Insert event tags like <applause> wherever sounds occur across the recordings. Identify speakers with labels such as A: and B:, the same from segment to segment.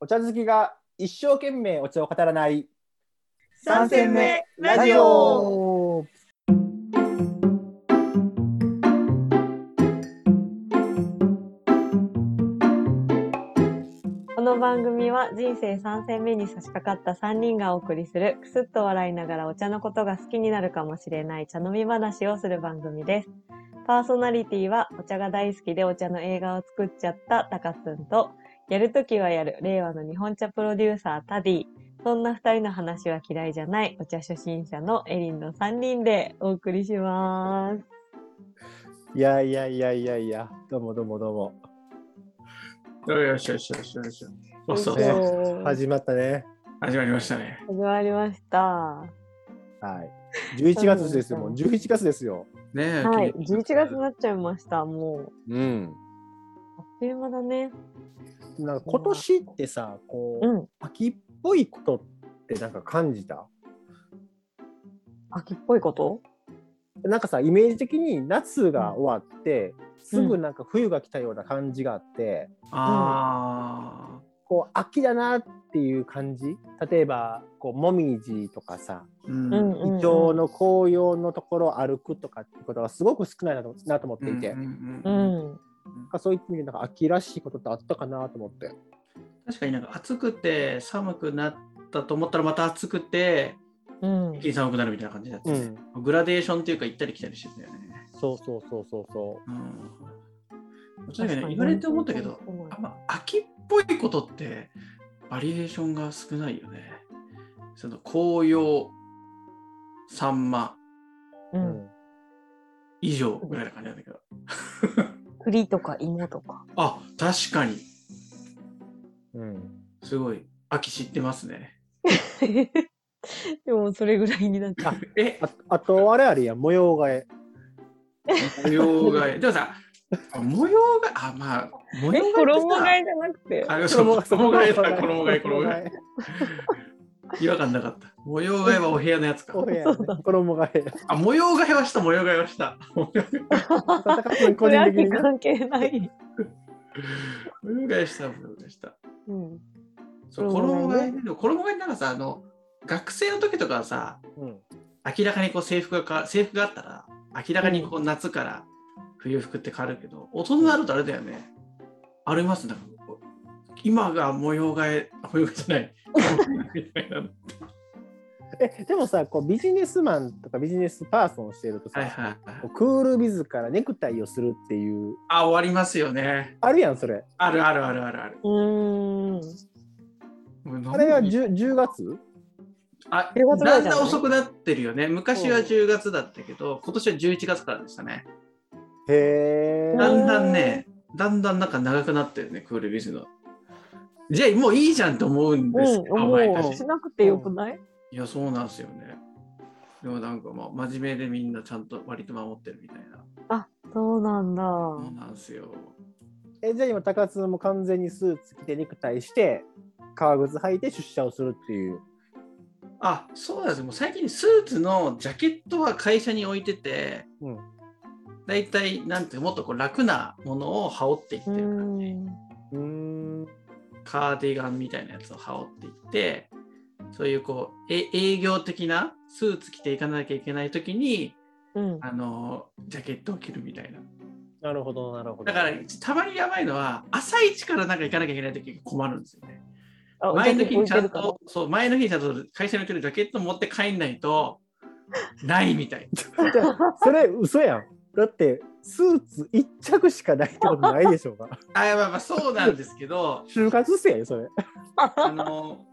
A: お茶好きが一生懸命お茶を語らない
B: 三戦目ラジオ
C: この番組は人生3戦目に差し掛かった3人がお送りするくすっと笑いながらお茶のことが好きになるかもしれない茶飲み話をする番組です。パーソナリティはお茶が大好きでお茶の映画を作っちゃったタカツンと、やるときはやる令和の日本茶プロデューサータディ、そんな2人の話は嫌いじゃないお茶初心者のエリンの3人でお送りします。
A: いやいやいやいやいやどうもどうもどうも
B: よしよしよしよしよし。おそう
A: ね
B: そう。
C: 始
A: 始まったね
B: 始まりましたね。
C: まりました。
A: はい11月ですよもう11月ですよ
B: ねえ。
C: はい、
B: 気に
C: 11月になっちゃいました、もう。
A: うん
C: あっという間だね。
A: なんか今年ってさこう、
C: うん。
A: 秋っぽいことってなんか感じた
C: 秋っぽいこと
A: なんかさイメージ的に夏が終わって、すぐなんか冬が来たような感じがあって、
B: あ
A: こう秋だなっていう感じ例えばこうもみじとかさ
B: あ。うん
C: うんうんうん。
A: イチョウの紅葉のところを歩くとかってことがすごく少ないなとなと思っていて、
B: うんうん
C: う
B: うん
C: ん。
A: なんかそういった意味でなんか秋らしいことってあったかなと思って
B: 確かになんか暑くて寒くなったと思ったらまた暑くて
C: うん
B: 一。気に寒くなるみたいな感じだった、
A: うん
B: グラデーションっていうか行ったり来たりしてたよね。
A: そうそうそうそうそ
B: うん。確かにね言われて思ったけど、あんま秋っぽいことってバリエーションが少ないよね。その紅葉、サンマ
C: う。
A: う、うんん
B: 以上ぐらいな感じなんだけど。
C: 栗とか芋とか。 <laughs>
B: あ、確かに。
A: うん
B: すごい。秋知ってますね。
C: でもそれぐらいになっちゃう。
B: え、
A: ああとあれあれや模様替え
B: 模様替え。でもさ、模様替え、あ、まあ、模様替え
C: え
B: ってさ。
C: 衣替えじゃなくて。
B: あ、そう衣替えだ、
A: 衣
B: 衣替え、衣
A: <laughs>
B: 替え。違和感なかった。模様替えはお部屋のやつか。
A: お部屋ね衣替え
B: あ、模様替えはした、模様替えはした。模様替え
A: 戦って個人的
C: それ
A: に
C: 秋
A: ね
C: 関係ない。
B: 模様替えした、模様替えした。
C: うん。
B: そう
C: 衣
B: 衣
C: 替え
B: 替え、でも衣替えなんかさ、あの、学生の時とかはさ、
A: うん
B: 明らかにこう制服がか制服があったら明らかにこう夏から冬服って変わるけど、大人になるとあれだよねありますなんかこう今が模様替えあ模様替えじゃないみたいな
A: えでもさこうビジネスマンとかビジネスパーソンをしてるとさ、
B: はいはいはい
A: こうクールビズからネクタイをするっていう
B: あ終わりますよね
A: あるやんそれ
B: あるあるあるあるある
C: うーん。
A: あれは
B: 10
A: 10, 10月
B: あ
C: 10月ぐら
B: だ
C: い
B: ん
C: じゃない
B: だん遅くなってるよね昔は10月だったけど今年は11月からでしたね
A: へえ
B: だんだんねだんだんなんか長くなってるねクールビズのじゃあもういいじゃんと思うんですけど、
C: うん、
B: 毎
C: も
B: 年
C: うしなくてよくない
B: いや、そうなんですよね。でもなんかまあ、真面目でみんなちゃんと割と守ってるみたいな。
C: あ、そうなんだ。
B: そうなんですよ。
A: えじゃあ今高津も完全にスーツ着てネクタイして革靴履いて出社をするっていう
B: あ、そうなんですよ。もう最近スーツのジャケットは会社に置いてて、
A: うん
B: だいたいなんてもっとこう楽なものを羽織っていって
C: う
B: る
C: ー
B: 感じ。
C: ん。
A: うーん
B: カーディガンみたいなやつを羽織っていって、そういうこう、え営業的なスーツ着ていかなきゃいけないときに、
C: うん。
B: あの、ジャケットを着るみたいな。
A: なるほどなるほど
B: だから、たまにやばいのは、朝一からなんか行かなきゃいけないとき困るんですよね。
C: あ
B: 前の日にちゃん。
C: お茶置いてるか
B: と、そう、前の日にちゃんと会社に置いてるジャケット持って帰んないと、ないみたい。
A: じゃあそれ嘘やんだってスーツ一着しかないってことないでしょ <laughs> うか
B: <laughs> あ、やばいまあそうなんですけ
C: <laughs>
B: ど、
A: 就活生やでそれ
B: あの、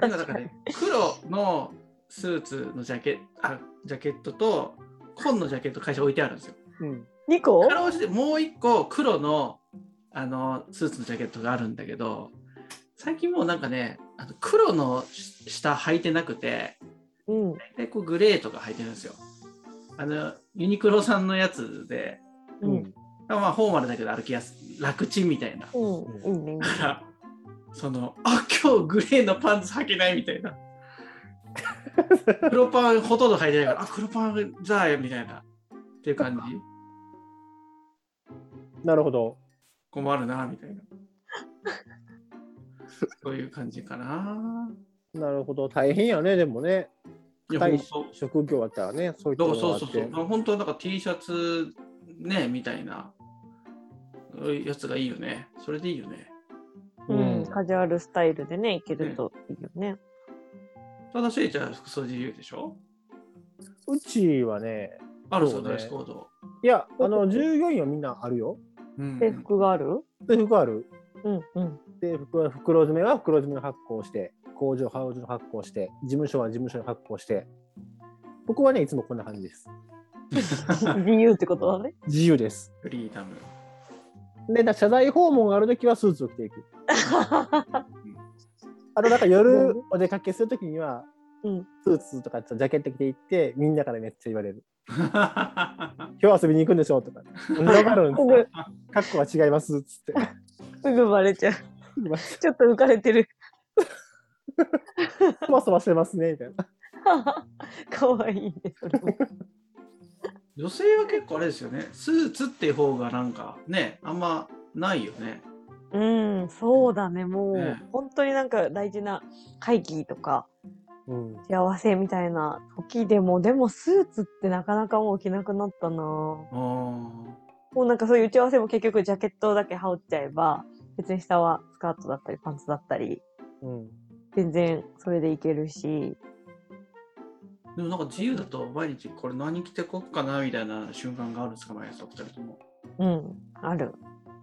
B: なんだかね、黒のスーツのジャケあジャケットと、紺のジャケット会社置いてあるんですよ。
A: うん
C: 二個
B: かろうじてもう一個黒のあのスーツのジャケットがあるんだけど、最近もうなんかね、あの黒の下履いてなくて、
C: うん。
B: 大体こうグレーとか履いてるんですよ。あのユニクロさんのやつで、
C: う。
A: うんん
B: まあフォーマルだけど歩きやすい楽ちんみたいな。だ
C: うん。いいね。いいね
B: からそのあ今日グレーのパンツ履けないみたいな。黒パンほとんど履いてないからあ黒パンだよみたいなっていう感じ
A: なるほど
B: 困るなみたいな。そういう感じかな。
A: なるほど、大変やね、でもね。
B: いや、
A: 大
B: 本当
A: 職業やったらね、そういった
B: そ
A: もの
B: う
A: が
B: そ
A: あ
B: う
A: って。
B: そうそう。本当はなんか T シャツね、みたいなそういうやつがいいよね。それでいいよね。
C: うん
A: うん
C: カジュアルスタイルでね、いけるといいよね。
B: ただし、じゃあ服装自由でしょ
A: うちはね、
B: あるんです
A: そ
B: よ、
A: うね
B: ドレスコード。
A: いや、あの、従業員はみんなあるよ。
B: うん
C: 制服がある
A: 制服ある。
C: うんうん。
A: で、服は袋詰めは袋詰めの発行をして、工場は工場の発行をして、事務所は事務所の発行をして、僕はね、いつもこんな感じです。
C: 自由ってことだね。
A: 自由です。
B: <laughs> フリーダム。 <laughs>
A: で、だ謝罪訪問があるときはスーツを着て
C: <laughs>
A: いく。あと、なんか夜お出かけするときには、
C: うん
A: スーツとかジャケット着ていって、みんなからめっちゃ言われる。今日遊びに行くんでしょとか。わかるんです
C: <laughs> ぐ
A: す。格好は違います。つ
C: <laughs>
A: って。
C: すぐバレちゃう。ちょっと浮かれてる。
A: そわそわしてますね。みたいな。
C: かわいいね、そ <laughs> れも。
B: 女性は結構あれですよね。スーツっていう方がなんかね、あんまないよね。
C: うん、そうだね、もう、
B: ね
C: 本当になんか大事な会議とか
A: うん。
C: 幸せみたいな時でも、でもスーツってなかなかもう着なくなったなも
B: あー
C: うなんかそういう打ち合わせも結局ジャケットだけ羽織っちゃえば、別に下はスカートだったりパンツだったり、
A: うん。
C: 全然それでいけるし、
B: でもなんか自由だと毎日これ何着てこっかなみたいな瞬間があるんですか、毎朝お二人とも。
C: うん、ある。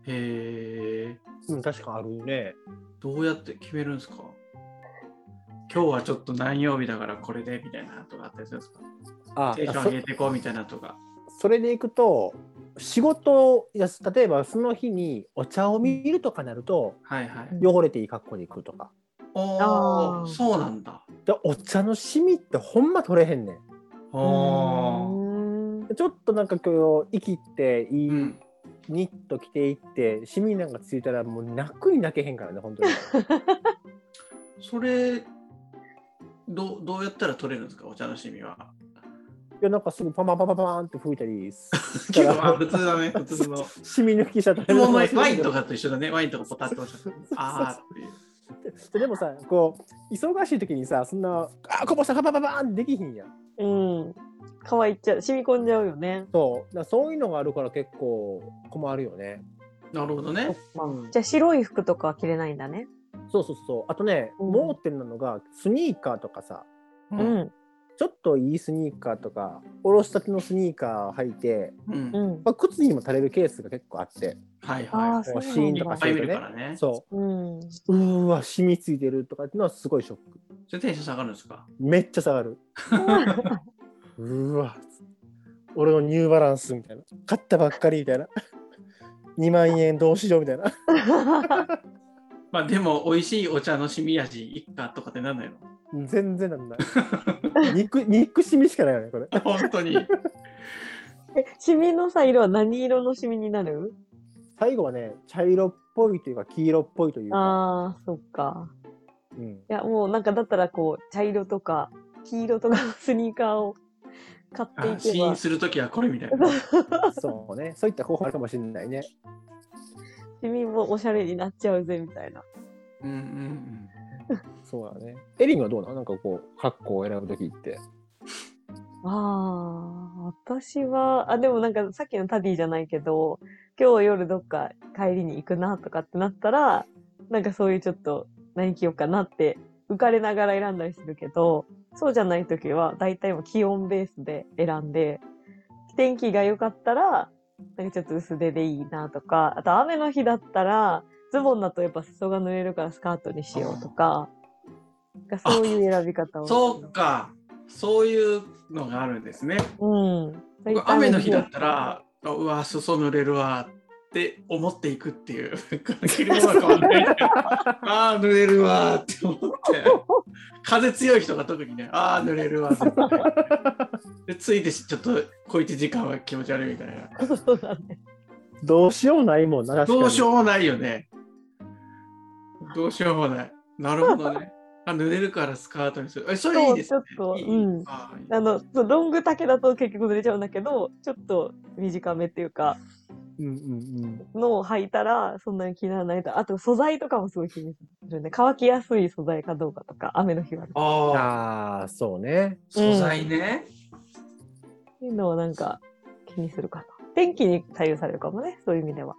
B: へえ。
A: うん、確かあるね。
B: どうやって決めるんですか今日はちょっと何曜日だからこれでみたいなとかあったりするんですか
A: あ
B: テンション上げてこうみたいなとか。
A: そそれでいくと、仕事をやす、例えばその日にお茶を見るとかなると、
B: はいはい。
A: 汚れていい格好で行くとか。
B: お
C: あー
B: お、そうなんだ。
A: でお茶のシミってほんま取れへんね
B: おお。
C: うーん
A: ん。ちょっとなんか今日、生きていい、
B: うん。
A: ニット着ていって、シミなんかついたらもう泣くに泣けへんからね、
B: <laughs>
A: 本当に。
B: それ、どうどうやったら取れるんですかお茶のシミは。
A: いや、なんかすぐパンパンパンパンパンって吹いたりす
B: 結 <laughs> 構
A: <laughs>
B: あ普通だね、普通の。
A: シミ抜きしたら
B: もう <laughs> ワインワインとかと一緒だね、ワインとかポタッとおっしゃってあーっていう。
A: ででもさこう忙しい時にさそんな「あこぼしたパパパパーン!」できひんやん
C: うん。乾いっちゃう。染み込んじゃうよね。
A: そうだからそういうのがあるから結構困るよね、
B: なるほどね。
A: うん
C: じゃあ白い服とかは着れないんだね。
A: そうそうそうあとね、
C: うん
A: 盲点なのがスニーカーとかさ
B: う
C: う。ん。
A: ちょっといいスニーカーとかおろしたてのスニーカー履いて、
B: うん
C: う
B: はい
C: ん。
A: まあ、靴にも垂れるケースが結構あって
B: はい。
C: ああ、そう
A: こうシ
C: な
A: ー
C: ん
A: ン
B: い
A: と
B: っ
A: かし
B: ぱい
A: てる
B: 見る
A: と
B: から
A: ね
B: ね。
A: そ
C: うん。
A: ううーわ染みついてるとかっていうのはすごいショック
B: それテンション下がるんですか
A: めっちゃ下がるうーわ俺のニューバランスみたいな買ったばっかりみたいな2万円どうしようみたいな
B: まあでも、美味しいお茶のシミ味いっかとかってなんない <laughs> の
A: 全然なんない肉肉しみしかないよねこれ
B: 本当 <laughs> に。
C: え、シミのさ、色は何色のシミになる
A: 最後はね茶色っぽいというか黄色っぽいというか、
C: ああ、そっか。
A: うん、
C: いや、もうなんかだったらこう、茶色とか、黄色とかのスニーカーを買
B: あ
C: ってい
B: 試
C: けば、
B: 飲
C: シ
B: するときはこれみたいな。 <laughs>
A: そうねそういった方法あるかもしれないね
C: ミもおしゃれになっちゃうぜ、みたいな。
B: うんうんうん。
A: そうだねエリンはどうなのなんかこう格好を選ぶ時って
C: ああ、私は、あ、でもなんかさっきのタディじゃないけど、今日夜どっか帰りに行くなとかってなったら、なんかそういうちょっと何着ようかなって浮かれながら選んだりするけど、そうじゃない時は大体もう気温ベースで選んで、天気が良かったら、なんかちょっと薄手でいいなとか、あと雨の日だったら、ズボンだとやっぱ裾が濡れるからスカートにしようとか、なんかそういう選び方を。
B: そうか。そういうのがあるんですね。
C: うん。
B: 僕雨の日だったら、あうわ、裾濡れるわって思っていくっていう、着るものが変わんない
C: <laughs>
B: あー、濡れるわって思って、風強い人が特にね、あー、濡れるわって思ってで、ついてしちょっと、こいつ時間は気持ち悪いみたいな。
C: そうだね。
A: どうしようないもんな
B: どうしよ
A: う
B: うもないよね。どうしようもない。なるほどね。あ濡れるからスカートにする。え、それいいですね。
C: そうちょっと
B: いい
C: うん
B: あーいい
C: あの、そうロング丈だと結局濡れちゃうんだけど、ちょっと短めっていうか、
A: うんうん
C: のを履いたら、そんなに気にならないと。あと、素材とかもすごい気にするね。乾きやすい素材かどうかとか、雨の日は。っ
A: うん。
B: ああ、
A: ああ、そうね。
B: 素材ね。
C: ていうのはなんか気にするかな。天気に左右されるかもね、そういう意味では。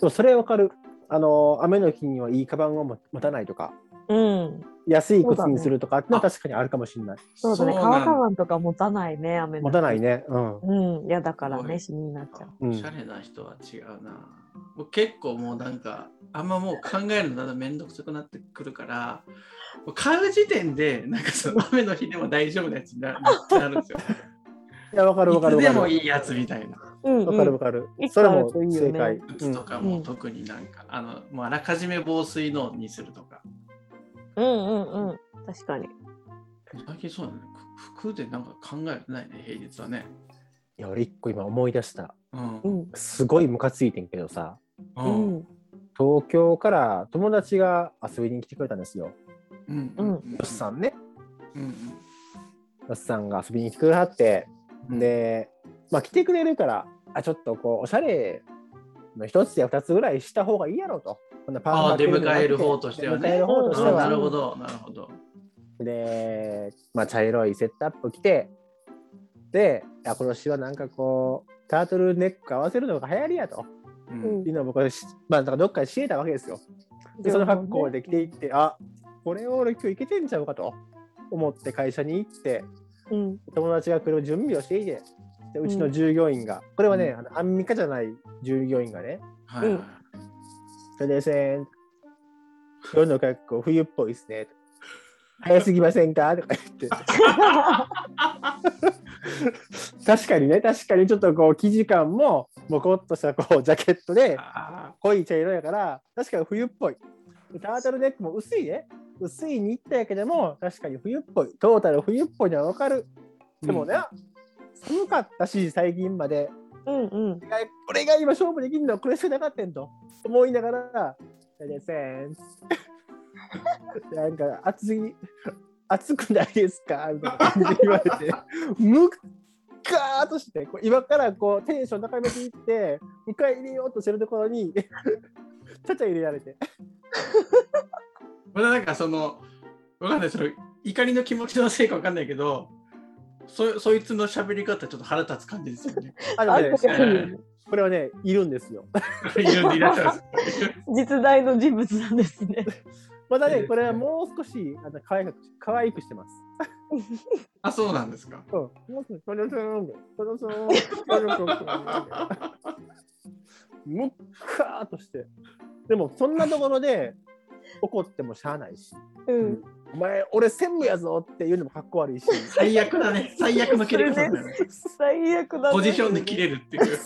A: でもそれわかる。あの、雨の日にはいいカバンをも持たないとか、
C: うん。
A: 安い靴にするとかってのは確かにあるかもしれない。
C: そうだね。
B: なん
C: 革カバンとか持たないね、雨の日
A: 持たない。ね。うん。
C: うん。嫌だから
B: すご
C: ね、
B: い
C: 死になっちゃう。
A: うん
B: おしゃれな人は違うな。僕結構もうなんか、あんまもう考えるのだんだんめんどくさくなってくるから、もう買う時点で、なん
A: <laughs>
B: かその雨の日でも大丈夫なやつに
C: <laughs>
B: ななるんですよ。
A: いや、わかるわかるわ
B: い
A: か
B: つで
A: る。
B: もいいやつみたいな。
C: うん、
A: わかる
C: うん
A: わ。かる。
C: うん
A: それも
C: いつかあるとい
A: 正
C: いよ
A: 解
C: ね。
B: 靴とか
C: う
B: も
C: ん
B: 特になんか、あの、もうあらかじめ防水のにするとか。
C: うんうんうん。確かに。
B: 最近そうだね。ふ服でなんか考えてないね、平日はね。
A: いや、俺一個今思い出した。
B: うん。
C: う。
B: うん。
A: すごいムカついてんけどさ、
C: うんん。
A: 東京から友達が遊びに来てくれたんですよ。
B: うん。
C: うん
B: うん
A: よしさんね。
B: うん
A: よしさんが遊びに来てくれはって、
B: うん。
A: で、まあ来てくれるから、あ、ちょっとこう、おしゃれの一つや二つぐらいした方がいいやろと。こんなパーマ
B: ああ、
A: かけ
B: 出
A: るんじゃ
B: 迎
A: なく
B: える方としては
A: 出迎え
B: ね
A: る。方
B: あ
A: として
B: ーな
A: は
B: る。ほど、なるほど。
A: で、まあ、茶色いセットアップ着て、で、あ今年はなんかこう、タートルネック合わせるのが流行りやと。
B: う
C: うんん
A: いうのを僕はし、まあ、なんかどっかで知れたわけですよ。で、その格好で着ていって、あこれ俺今日いけてんちゃうかと思って会社に行って、
C: うん。
A: 友達がこれを準備をしていて、でうちの従業員が、これはね、あのアンミカじゃない従業員がね、
B: はいはい。
A: それでせん、夜の格好冬っぽいですね。早すぎませんかとか言って。確かにね確かにちょっとこう生地感ももこっとしたこうジャケットで
B: あ
A: 濃い茶色やから確かに冬っぽいタートルネックも薄いね薄いニットやけども確かに冬っぽいトータル冬っぽいのはわかる
B: ー
A: でもね、、寒かったし最近まで
C: うんうん。
A: いやこれが今勝負できるのはこれしかなかったんと思いながら「大せん」 <laughs> なんか暑すぎ暑くないですかみたいな感じで言われてむっかーっとしてこう今からこうテンション高めていって迎え入れようとしてるところにちゃちゃ入れられて
B: まだなんかその、わかんない、その怒りの気持ちのせいかわかんないけど、そそいつの喋り方、ちょっと腹立つ感じですよ <laughs> ね。
A: あ
C: あ
A: の、
C: ん
A: ね
C: こ、が来るよね
A: これはねいるんですよ
B: いろいろいらっしゃいます。
C: 実在の人物なんですね。
A: またねこれはもう少しあの可愛く可愛くしてます
B: あ、そうなんですか。
A: うん、もうすぐ、それそれ飲んで、それそれ飲んで、それそれ飲んで。むっかーっとして。でも、そんなところで怒ってもしゃあないし、
C: うん。
A: お前、俺専務やぞっていうのもかっこ悪いし、
B: 最悪だね。最悪の切れ方だよね。
C: 最悪だね。
B: ポジションで切れるっていう。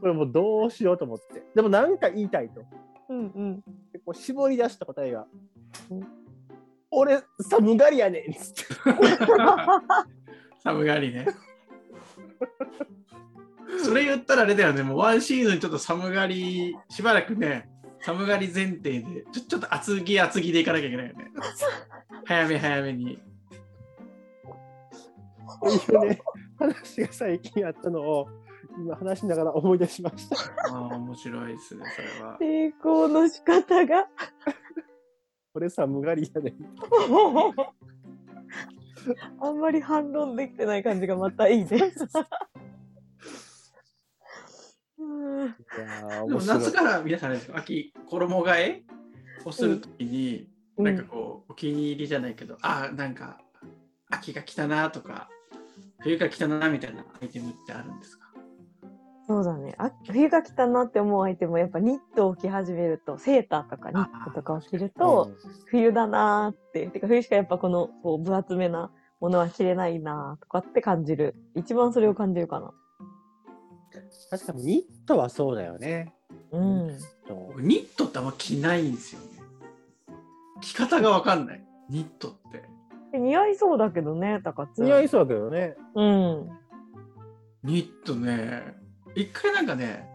A: これもうどうしようと思って。でも、なんか言いたいと。
C: うんうん。
A: でこう絞り出した答えが
C: うん、
A: 俺、寒がりやねんっつって。
B: 寒がりね。それ言ったらあれだよね、もうワンシーズンちょっと寒がり、しばらくね、寒がり前提で、ちょちょっと厚着厚着でいかなきゃいけないよね。早め早めに。
A: こういうね、話が最近あったのを、今話しながら思い出しました。
B: ああ、面白いですね、それは。
C: 抵抗の仕方が。 <laughs>
A: 俺、寒がりやねん。
C: あんまり反論できてない感じがまたいいね。うん
A: いやー
B: でも
A: 面白い
B: 夏から皆さんあれですよ秋、衣替えをするときに、なんかこう、お気に入りじゃないけど、ああ、なんか、秋が来たなとか、冬が来たなみたいなアイテムってあるんですか
C: そうだね。あ冬が来たなって思う相手もやっぱニットを着始めると、セーターとかニットとかを着ると、冬だなーって。てか冬しかやっぱこのこう分厚めなものは着れないなーとかって感じる。一番それを感じるかな。
A: 確かにニットはそうだよね。
C: うん。
A: と
B: 僕ニットってあんま着ないんですよね。着方がわかんない。ニットって。
C: で似合いそうだけどね、高津。
A: 似合いそうだけどね。
C: うん。
B: ニットね。一回なんかね、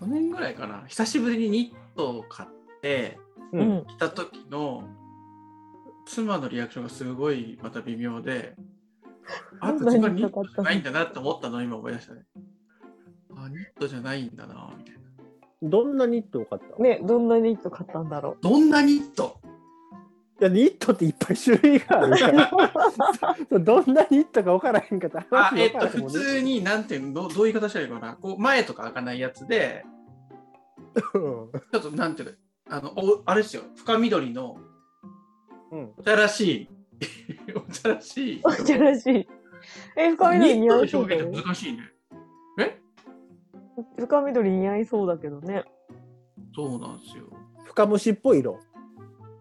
B: 去年ぐらいかな、久しぶりにニットを買って、
A: う
C: う。ん。
B: 着た時の妻のリアクションがすごいまた微妙で、あ、自分はニットじゃないんだなって思ったのを今思い出したね。あ、ニットじゃないんだなみたいな
A: どんなニットよかった、
C: ね、どんなニット買ったんだ <laughs> ろ。
B: どんなニット
A: いやニットっていっぱい種類がある <laughs> からそうどんなニットか分からへんかった
B: あ
A: 話
B: え
A: 分
B: っ
A: から
B: と
A: へんも
B: 普
A: んね
B: 通になんていうのどどういう形したらいいのかなこう前とか開かないやつで
A: うん
B: ちょっとなんていうのあのおあれですよ深緑の
A: うん
B: おちゃらしい <laughs> おちゃらしいう
C: おちゃらしい。え、深緑
B: ニ
C: 似合い
B: ット
C: そ
B: の
C: うだ
B: 表現
C: よ
B: って
C: ね。
B: 難しいね
C: 深緑似合いそうだけどね。
B: そうなんですよ
A: 深虫っぽい色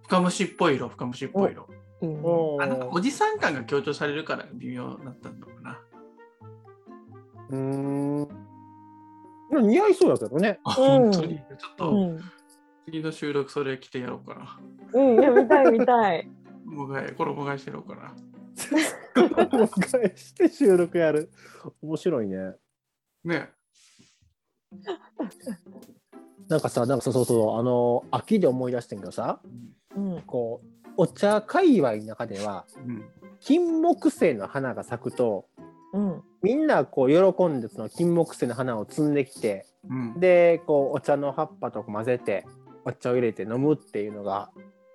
B: 深虫っぽい色深虫っぽい色
C: いいね。
B: あなんかおじさん感が強調されるから微妙だったのかな
A: うんでも似合いそうだけどね
B: あ
C: うん
B: 本当にちょっと、
C: うん。
B: 次の収録それ着てやろうかな
C: うん、いや、見たい見たい。
B: 衣替え衣替えしてやろうかな
A: もう一回して収録やる面白いね
B: ね
A: なんかさなんかそうそうそうあの秋で思い出してんけどさ
C: うん。
A: こうお茶界隈の中では
B: うん
A: 金木犀の花が咲くと
C: うん。
A: みんなこう喜んでその金木犀の花を摘んできて
B: うん
A: でこうお茶の葉っぱとか混ぜてお茶を入れて飲むっていうのが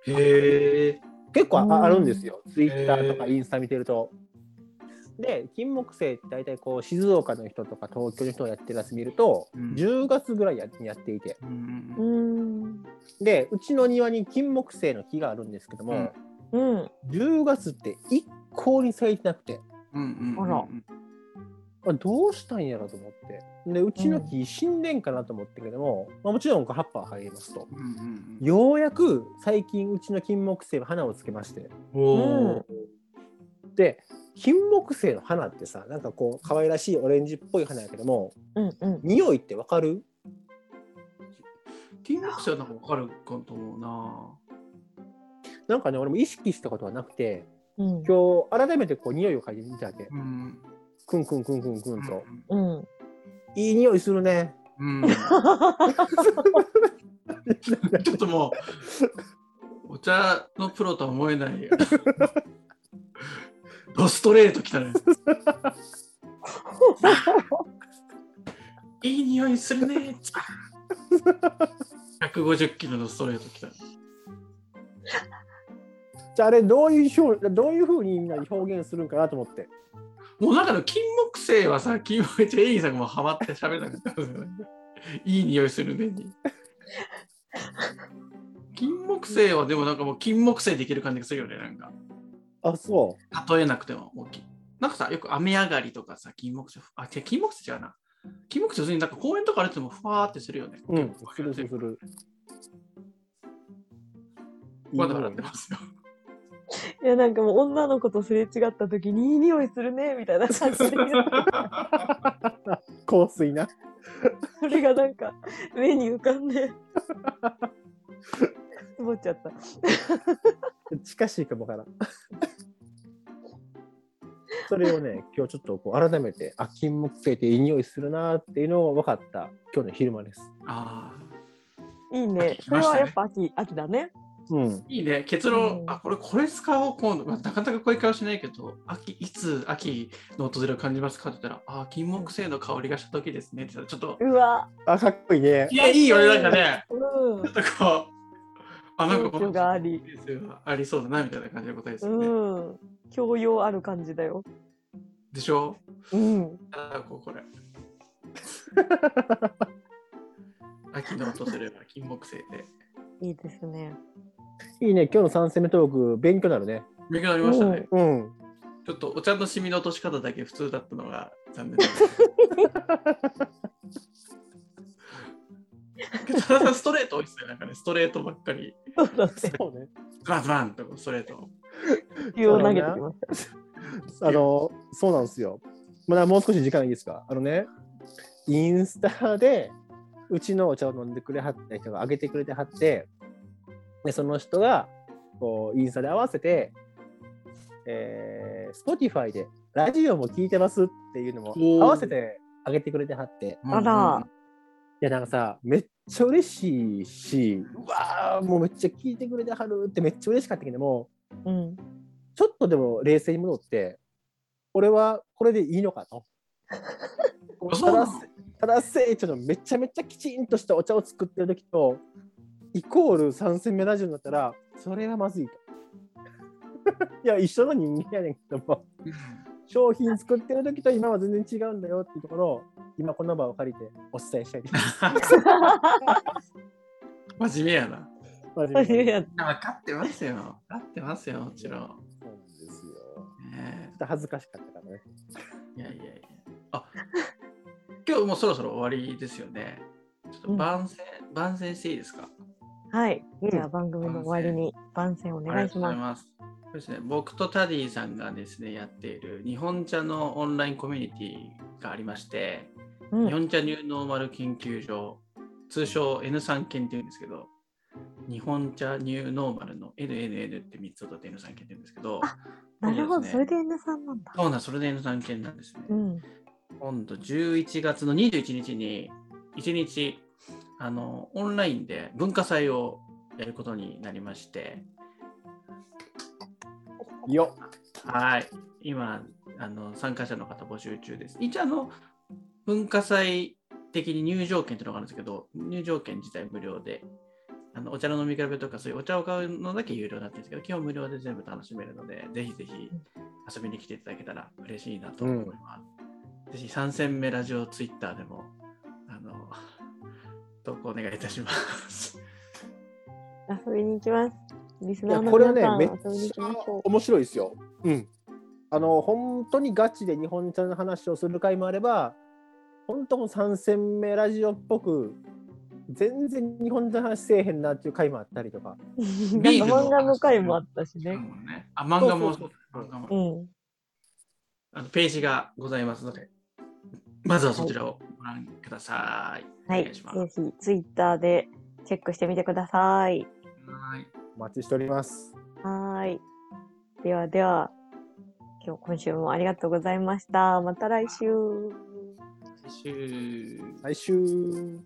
B: へえ
A: 結構あ,、
C: うん
A: あるんですよツイッターとか
B: へ
A: インスタ見てると。で金木犀って大体こう静岡の人とか東京の人がやってるやつ見ると、
B: うん
A: 10月ぐらいややっていて
B: うん
C: う
B: うん
C: ん。
A: でうちの庭に金木犀の木があるんですけども、
C: うん。
A: 10月って一向に咲いてなくて
B: うんうん
C: あら
A: あどうしたんやろと思ってでうちの木死んでんかなと思ってけども、まあ、もちろんこう葉っぱは入りますと
B: うんうんうん
A: ようやく最近うちの金木犀は花をつけまして
B: おー
A: で金木犀の花ってさなんかこう可愛らしいオレンジっぽい花やけども
C: うん。うん。
A: 匂いってわかる
B: 金木犀はなんかわかるかと思うな
A: なんかね俺も意識したことはなくて
C: うん。
A: 今日改めてこう匂いを嗅いでみたわけ
B: うん
A: クンクンクンクンクンと
C: うん。
A: いい匂いするね
B: うんうんちょっともうお茶のプロとは思えないよドストレートきたねいい匂いするね。150キロのストレート来た。
A: じゃああれどういう表どういうふうにみんな表現するんかなと思って
B: もうなんかの金木犀はさ、金木犀エイリーさんがもうハマって喋らなくなったんですよね。いい匂いするねに。金木犀はでもなんかもう金木犀できる感じがするよね、なんか。
A: あそ
B: 例えなくても大きい。なんかさ、よく雨上がりとかさ、金木犀、あ、違う、金木犀違うな。金木犀、普通になんか公園とか歩いててもふわーってするよね。
A: ううんするするする
B: まだ笑ってますよ。
C: いや、なんかもう女の子とすれ違った時にいい匂いするね、みたいな感じで言って。
A: 香水な
C: それがなんか目に浮かんで絞っちゃった
A: 近しいかもわからん <laughs> それをね今日ちょっとこう改めてあ金木犀っていい匂いするなっていうのが分かった今日の昼間です
B: ああ。
C: いいね
B: 秋来
C: それ
B: ましたね
C: はやっぱ秋秋だね
A: うん
B: いいね、結論、
C: うん
B: あこれこれ使おう、今度、まあなかなかこういう顔しないけど、秋いつ秋の訪れを感じますかって言ったら、あ、金木犀の香りがした時ですねって言ったら、ちょっと、
C: うわ
A: あかっこいいね
B: いや、いいよね、なんかね、
C: うん
B: ちょっと
C: <laughs>
B: こう、あ、なんかこ
C: 情緒があり
B: ありそうだなみたいな感じの答えですよね。
C: うん教養ある感じだよ
B: でしょ
C: うん
B: あこう
C: <laughs>
B: これ。秋の訪れは金木犀で。
C: いいですね
A: いいね今日の3戦目トーク勉強になるね
B: 勉強になりましたね。
A: うん
B: ちょっとお茶の染みの落とし方だけ普通だったのが残念です。田中さんストレート多いっすね、なんかね、ストレートばっかり、
C: そうだね
A: <laughs> そうね
B: ズランズランとストレート。
C: 球を投げてきまし
A: あのそうなんですよまだもう少し時間いいですかあのねインスタでうちのお茶を飲んでくれはった人があげてくれてはってでその人がこうインスタで合わせて、えー、Spotify でラジオも聞いてますっていうのも
B: おー
A: 合わせてあげてくれてはって
C: たあら
A: いやなんかさめっちゃ嬉しいしうわーもうめっちゃ聞いてくれてはるってめっちゃ嬉しかったけども
C: うん
A: ちょっとでも冷静に戻って、俺はこれでいいのかと。
B: あそうなの
A: 正ただ清茶のめちゃめちゃきちんとしたお茶を作ってる時とイコール3戦目ラジオになったらそれはまずいと <laughs> いや一緒の人間やねんけども商品作ってる時と今は全然違うんだよっていうところを今この場を借りてお伝えしたいです。
B: 真面目やな。
A: 真面
C: <laughs> 初
A: 目
C: め
A: に
C: てやっ
B: 分かってますよ。分かってますよ、もちろん。
A: そうなんですよ。ちょ
B: ね
A: っと恥ずかしかったからね。
B: えいやいやいや。あ今日もうそろそろ終わりですよね。ちょっと番宣、番宣していいですか
C: たはい。
A: うん
C: じゃあ番組の終わりに番宣お
B: あり
C: 願
B: が
C: い
B: と
C: し
B: うござい
C: ます。
B: ます。そうですね、僕とタディさんがですね、やっている日本茶のオンラインコミュニティがありまして、
C: うん
B: 日本茶ニューノーマル研究所、通称 N3 研っていうんですけど、日本茶ニューノーマルの NNN って3つを取って N3 研って言うんですけど、
C: なるほど、そ
B: そう
C: れ
B: ですね
C: で N さんなんだ。
B: そうなん、それで N3 研なんですね。
C: うん。
B: 今度11月の21日に、1日、あの、オンラインで文化祭をやることになりまして、
A: よ
B: はい。今、あの参加者の方募集中です。一応、あの、文化祭的に入場券というのがあるんですけど、入場券自体無料で、あのお茶の飲み比べとか、そういうお茶を買うのだけ有料になってるんですけど、基本無料で全部楽しめるので、ぜひぜひ遊びに来ていただけたら嬉しいなと思います。ぜひ3戦目ラジオツイッターでも、あの、投稿お願いいたします。
C: 遊びに行きます。リス
A: い
C: ナ
A: や
C: ーの
A: これは
C: 皆
A: ね
C: さ
A: めっ
C: ん、遊びに行
A: ち
C: きまし
A: ゃ
C: ょ
A: 面白いですよ。うん。あの本当にガチで日本茶の話をする回もあれば、本当三戦目ラジオっぽく全然日本茶の話せえへんなっていう回もあったりとか。
C: う。なん
B: ビー
C: か
B: ルの
C: 漫画の回もあったしね。
B: ねあ、漫画も
A: そうそうそう
B: 漫画も
C: うん。
B: あのページがございますので、まずはそちらをご覧ください。
C: は
B: お願
C: い。ぜ
B: いし
C: ひ
B: ます。は、
C: ツイッターでチェックしてみてください。
B: い。
A: お待ちしております。
C: はーい。ではでは、今日今週もありがとうございました。また来週。
B: 来週。
A: 来週。